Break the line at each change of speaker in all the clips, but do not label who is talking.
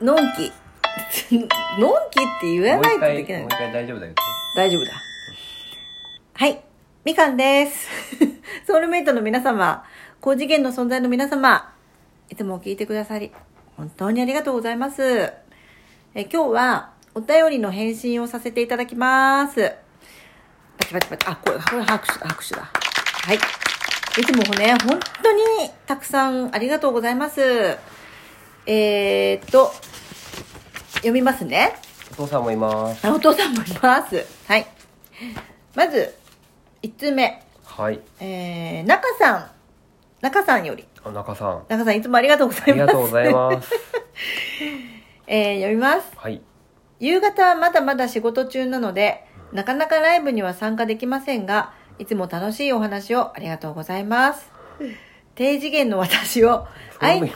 のんき。 のんきって言わ
もう
ない
一
と
回
できない
もう一。回大丈夫だよ
大丈夫だ。はい。みかんです。 ソウルメイトの皆様、高次元の存在の皆様、いつも聞いてくださり、本当にありがとうございます。え今日は、お便りの返信をさせていただきます。パチパチパチ。あ、これ、これ拍手だ、拍手だ。はい。いつもね、本当にたくさんありがとうございます。えー、っと、読みますね。
お父さんもいます
あお父さんもいます。はい。まず、1通目。
はい
えー、中さん。中さんより。
あ中さん あ
中さんいつもありがとうござい
り
ます。
がとうございます
えー、読みます。
はい
夕方はまだまだ仕事中なので、なかなかライブには参加できませんが、いつも楽しいお話をありがとうございます。低次元の私を
そう
愛
いう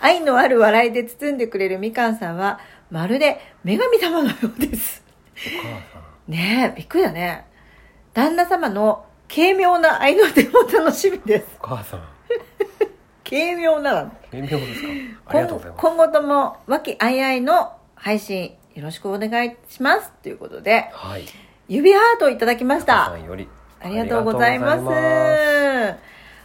愛 のある笑いで包んでくれるみかんさんは、まるで女神様のようです。
お母さん
ねえびっくりだね旦那様の軽妙な愛の手も楽しみです
お母さん
軽妙なの
微妙ですかありがとうございます
今今後とも和気あいあいの配信よろしくお願いしますということで
はい
指ハートをいただきまし
中さ
た
んより
ありがとうございます
ありがとうござい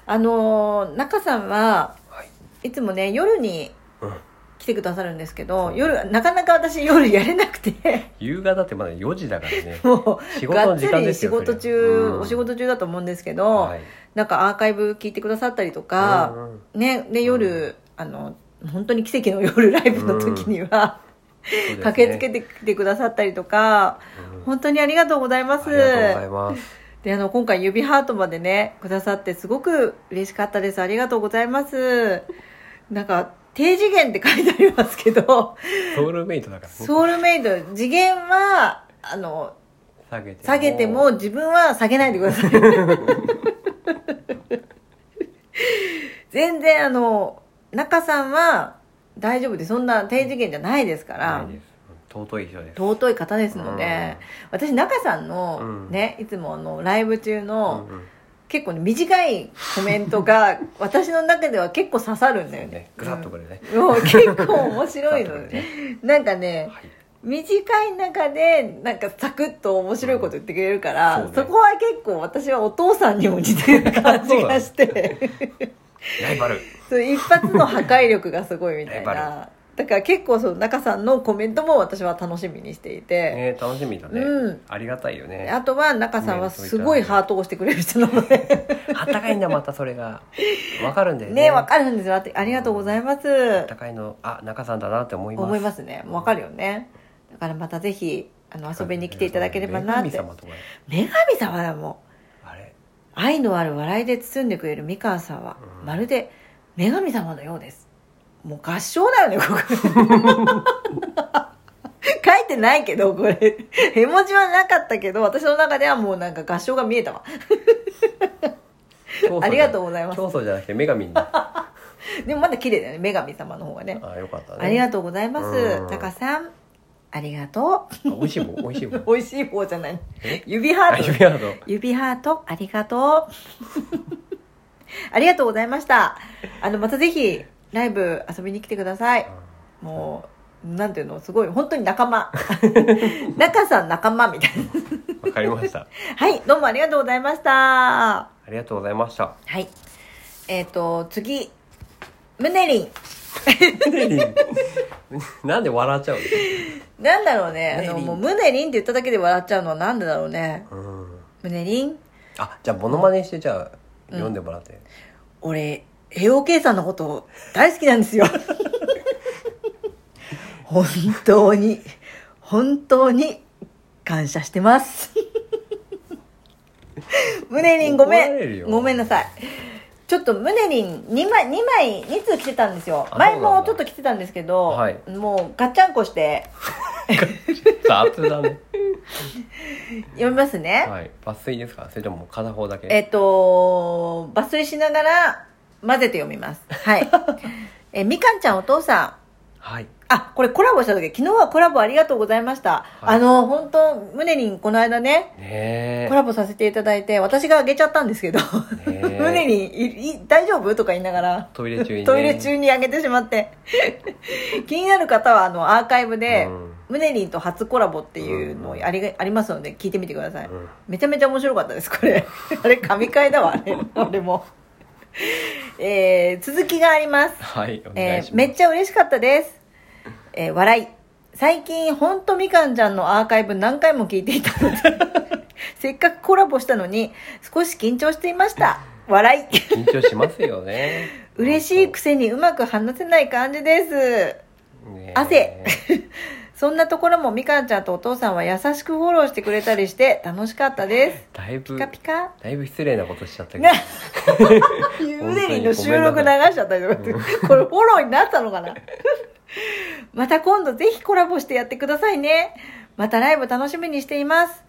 あのー中さんは
ますはい
いつもね夜に
うん
来てくださるんですけど
そう
夜なかなか私夜やれなく て
夕方ってまだ4時だからね
も
仕
う
事
が
の
っ
時
つ
間で
り
す
仕
よ
事
それ
中、
うん
お仕事中だと思うんですけど、
はい
なんかアーカイブ聞いてくださったりとか、
うんうん
ね、で夜、あの本当に奇跡の夜ライブの時には、
そうですね
駆けつけてきてくださったりとか、
うん
本当にありがとうございま
あ
す
りがとうございます
であの今回指ハートまでねくださってすごく嬉しかったですありがとうございますなんか低次元って書いてありますけ ど
ソウルメイトだからね
ソウルメイド次元はあの
下げて
下げても自分は下げないでください全然あの中さんは大丈夫でそんな低次元じゃないですから
ないです尊い人です
尊い方ですので、私中さんの、
うん
ねいつもあのライブ中の、
うんうん
結構ね短いコメント が私の中では結構刺さるんだよね
ねグサッとくるね
うんもう結構面白いの
グサッとくる
ねなんかね、
はい
短い中でなんかサクッと面白いこと言ってくれるから、
うん
そ
そうね
こは結構私はお父さんにも似てる感じが して
ライバル
そう一発の破壊力がすごいみたい
ライ
なだから結構その中さんのコメントも私は楽しみにしていて、
ね楽しみだね、
うん
ありがたいよね
あとは中さんはすごいハートを押してくれる人なので
あったかいんだまたそれがわかるんだよね
ねわかるんですよあありがとうございます、
あったかいのあ中さんだなって思います
思いますねわかるよねだからまたぜひあの遊びに来ていただければなって
女神様とか
女神様だもん
あれ
愛のある笑いで包んでくれるみかんさんは、
うん
まるで女神様のようですもう合唱だよね ここ書いてないけどこれ絵文字はなかったけど私の中ではもうなんか合唱が見えたわ
競争 じゃ
ありがとうございます
競争じゃなくて女神に あ
でもまだ綺麗だよね女神様の方がね
よかったね
ありがとうございま
う
す
ん
タカさんありがとう
あ美味 しいもん美味しいもん
美味しい方じゃない
え
指ハ
あ
ー
指
ト
輪の
指ハートありがとう ありがとうございましたあのまたぜひライブ遊びに来てくださいもうなんていうのすごい本当に仲間 中さん仲間みたいな
わかりました
はいどうもありがとうございました
ありがとうございました
はいえっ、と次ムネリン
なんで笑っちゃう
なんだろうねあ
ムネ
の
リン
もうムネリンって言っただけで笑っちゃうのはなんでだろうね
の、うん、
ムネリン
あじゃあモノマネしてじゃあ読んでもらって、
俺、平尾圭さんのこと大好きなんです よ。本当に、本当に感謝して ます。ムネリンごめ
怒られるよ
ん。ごめんなさい。ちょっとムネリン2枚、2枚、2通来てたんですよ。
あ
前
そうな
も
んだ
ちょっと来てたんですけど、
はい
もうガッチャンコして
雑 だね
読みますね。
はい抜粋ですかそれとももう片方だけ
えっと、 抜粋しながら混ぜて読みます。はい。え、みかんちゃんお父さん、
はい
あ、これコラボした時、昨日はコラボありがとうございました。
はい
あの、本当ムネリンこの間ね、
ね
コラボさせていただいて、私があげちゃったんですけど、
え
ムネリンいい、大丈夫とか言いながら、
トイレ中にね
トイレ中にあげてしまって。気になる方は、あの、アーカイブで、
うん
ムネリンと初コラボっていうのあり,、ありますので、聞いてみてください。
うん
めちゃめちゃ面白かったです、これ。あれ、神回だわ、あ れ。俺も。えー、続きがあります。
はいお願
え
いし
ー
ま
め
す、
っちゃ嬉しかったです、えー笑い最近ほんとみかんちゃんのアーカイブ何回も聞いていた のでせっかくコラボしたのに少し緊張していました笑い
緊張しますよね
嬉しいくせにうまく話せない感じです
ね
汗 そんなところもみかんちゃんとお父さんは優しくフォローしてくれたりして楽しかったで
だい
す
ぶ
ピカピカ
だいぶ失礼なことしちゃったけど
な ゆでりの収録流しちゃったりとかって、これフォローになったのかな また今度ぜひコラボしてやってくださいね。またライブ楽しみにしています。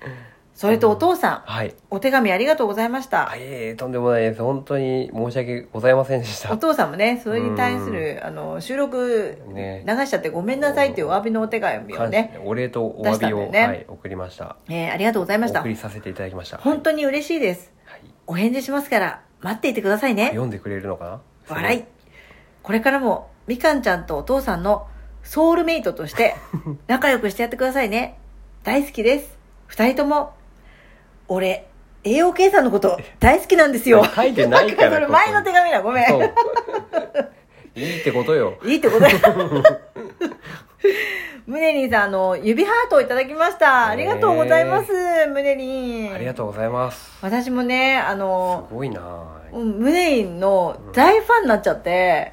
それとお父さ
はい
ん、お手紙ありがとうございました。
あいえいえとんでもないです本当に申し訳ございませんでした
お父さんもね、それに対する、あの、収録
ね
流しちゃってごめんなさいっていうお詫びのお手紙をね、
お礼とお詫び
出した
を、
んだよね
はい、送りました
えーありがとうございました
送。りさせていただきました
本当に嬉しいです。
はいはい
お返事しますから、待っていてくださいね。
読んでくれるのかな
笑いこれからもみかんちゃんとお父さんのソウルメイトとして 仲良くしてやってくださいね大好きです二人とも俺栄養計算のこと大好きなんですよ
書いてないから
それ前の手紙だごめん
そう いいってことよ
いいってこと だよムネリンさんあの指ハートをいただきましたありがとうございますムネリン
ありがとうございます
私もねあの
すごいなあ
うんムネインの大ファンになっちゃって、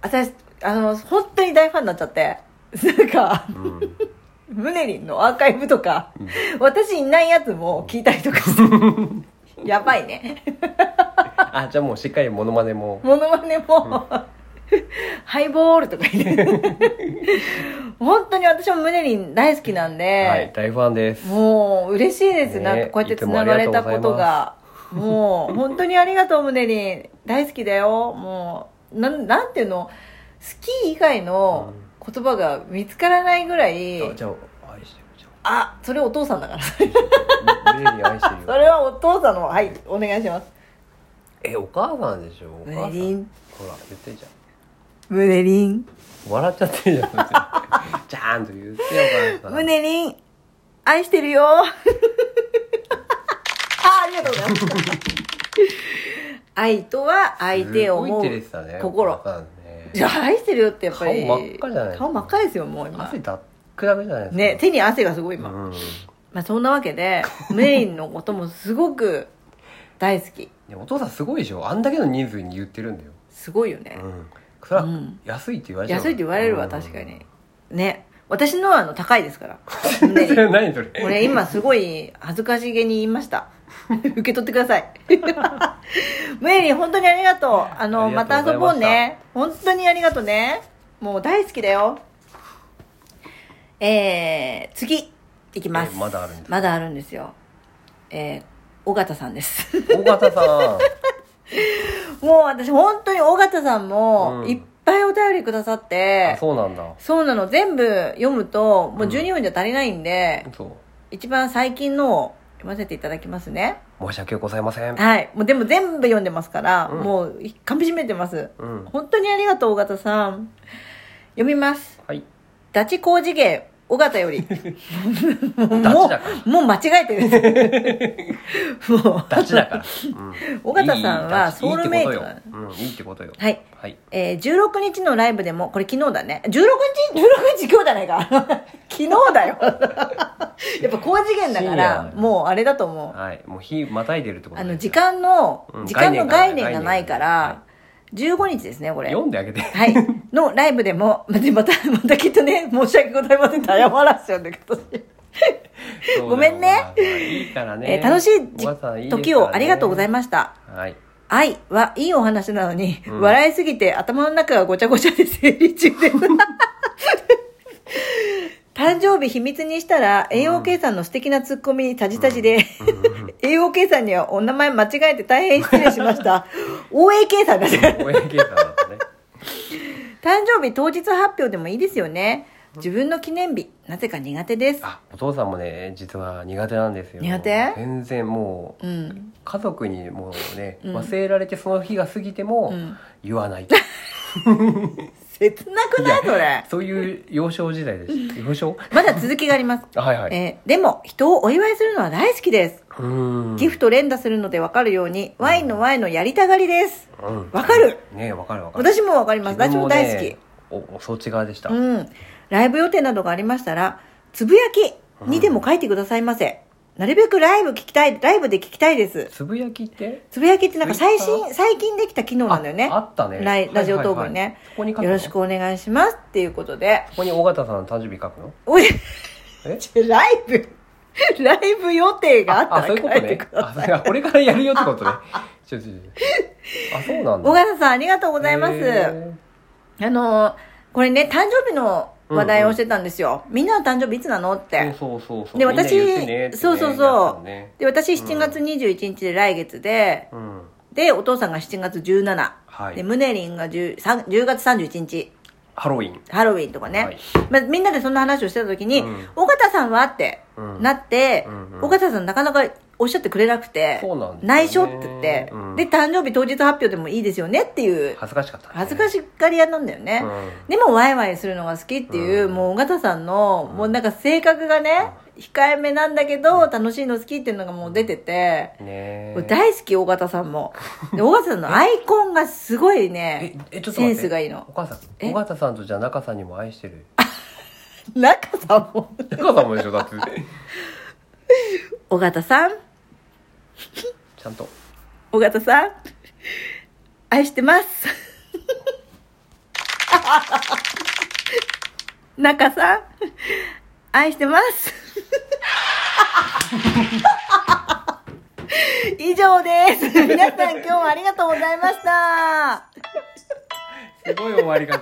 私あの本当に大ファンになっちゃって なんか
うん
ムネリンのアーカイブとか、
うん
私いないやつも聞いたりとかして やばいね
あじゃあもうしっかりモノマネも
モノマネも、ハイボールとか言って 本当に私もムネリン大好きなんで、
はい大ファンです
もう嬉しいです、
ね
なんかこうやってつながれたことがもう本当にありがとう胸に大好きだよもうなんなんていうのスキー以外の言葉が見つからないぐらい、
あじゃあ愛してるじ
あそれお父さんだから そ
ゃんミレイに愛してるよ
れはお父さんのはいお願いします
えお母さんでしょお母さ
ムネリ
ん
ン
ほら言ってるじゃん
胸リン
笑っちゃってるじゃんそれちゃんと言ってよお母さん
胸リン愛してるよ あありがとうござい ます愛とは相手を思う
すごい照れてたね
心
お母さんね
じゃあ愛してるよってやっぱり
顔真っ赤じゃないですか
顔真っ赤ですよもう今
汗だっくだくじゃないですか
ね手に汗がすごい今、
うん
まあ、そんなわけで メインのこともすごく大好き
ねお父さんすごいでしょあんだけの人数に言ってるんだよ
すごいよね
う、んそれ
う
は
ん
安いって言われちゃう
安いって言われる
う
わ
ん
確かにね私のはあの高いですから 胸
そ
に
れ何それ
これ今すごい恥ずかしげに言いました受け取ってください メイリン本当にありがとうあの
あり
ま
がと
た
うご
遊ぼ
ざいま
う
した
ね本当にありがとうねもう大好きだよえー、次いきます、
えまだあるんですか
まだあるんですよえー、尾形さんです
大型さ
もう私本当に尾形さんも
うん
いっぱいお便りくださっ
んあ
て、
そうなんだ
そうなの全部読むともう12分じゃ足りないんで、
そ
一番最近のを読ませていただきますね
う申し訳ございません
はいもうでも全部読んでますから、
うん
もう噛み締めてます
うん
本当にありがとう尾形さん読みます
はい
ダチ高次元尾形よりもう
ダチだから
もう間違えてる もう
ダチだ から
尾形さんはソウルメイトだ
だうんいいってことよ
はい
はい
えー、16日のライブでもこれ昨日だね16日16日今日じゃないか 昨日だよ やっぱ高次元だか
深
ら
夜だね
もうあれだと思う
はいもう日またいでるってこと
あ
ね
の時間の、
うん
時間の概
概
念
念
が
が
な
ないい
から、15日ですね、これ。
読んであげて
はい。のライブでも、 までまた、またきっとね、申し訳ございませんって謝らせちゃうんだけど、私
そうだよ
ごめんね
まあいいからね
えー楽しいじ
お母さんいいですからね
時をありがとうございました。
はい
愛はいいお話なのに、
うん
笑いすぎて頭の中がごちゃごちゃで整理中です。 誕生日秘密にしたら、栄養計算の素敵なツッコミにタジタジで、栄養計算にはお名前間違えて大変失礼しました。応援計算だね。
応援計算だったね
誕生日当日発表でもいいですよね。自分の記念日、なぜか苦手です。
あお父さんもね実は苦手なんですよ
苦手
全然もう
うん。
家族にもうね
うん
忘れられてその日が過ぎても
うん
言わない、
切なくないそれ。
そういう幼少時代でした幼少
まだ続きがあります。
あはいはい
えーでも、人をお祝いするのは大好きです。
うーん
ギフト連打するので分かるように、ワインのワインのやりたがりです。
うん
わかる
ねわかるわかる
私も分かります。私も大好き。
好きおそっち側でした、
うん。ライブ予定などがありましたら、つぶやきにでも書いてくださいませ。なるべくライブ聞きたい、ライブで聞きたいです。
つぶやきって
つぶやきってなんか最新、
Twitter？
最近できた機能なんだよね。
ああったね
ライラジオトークにね
そこに書くの
よろしくお願いしますっていうことで。
ここに尾形さんの誕生日書くの
おい、
え
ライブ、ライブ予定があった
そういうこ
ら書
と
いて
ね
ください。
あそれはこれからやるよっ てことねちょちょちょあそうなんだ
小笠さんありがとうございます。
へ
あのーこれね、誕生日の話題をしてたんですよ。みんなの誕生日いつなのって。
ーそうそうそうそう
で私
みんな言ってねってね
そうそうそう
やつだね
で、私7月21日で来月で、
うん
で、お父さんが7月17。
はい
で、ムネリンが 10, 3 10月31日、
ハロウィン
ハロウィンとかね。
はい
まあ、みんなでそんな話をしてた時に、
うん
尾形さんはって
うん
なって、
うんうん
尾形さんなかなかおっしゃってくれなくて、
そうなんですよね
内緒って言って、
うん
で、誕生日当日発表でもいいですよねっていう、
恥ずかしかったね、
恥ずかしがり屋なんだよね。
うん
でもワイワイするのが好きっていう、
うん
もう尾形さんの、もうなんか性格がね、控えめなんだけど、楽しいの好きっていうのがもう出てて、
ね
これ大好き尾形さん も。で、尾形さんのアイコンがすごい
え
ね、
えちょっと待っ
セ
て
ンスがいいの
お母さん
え
尾形さんとじゃあ中さんにも愛してる
中さんも。
中さんもでしょだって
尾形さん、
ちゃんと
尾形さん、愛してます。 中さん、愛してます。 以上です。皆さん今日もありがとうございました。
すごい終わり方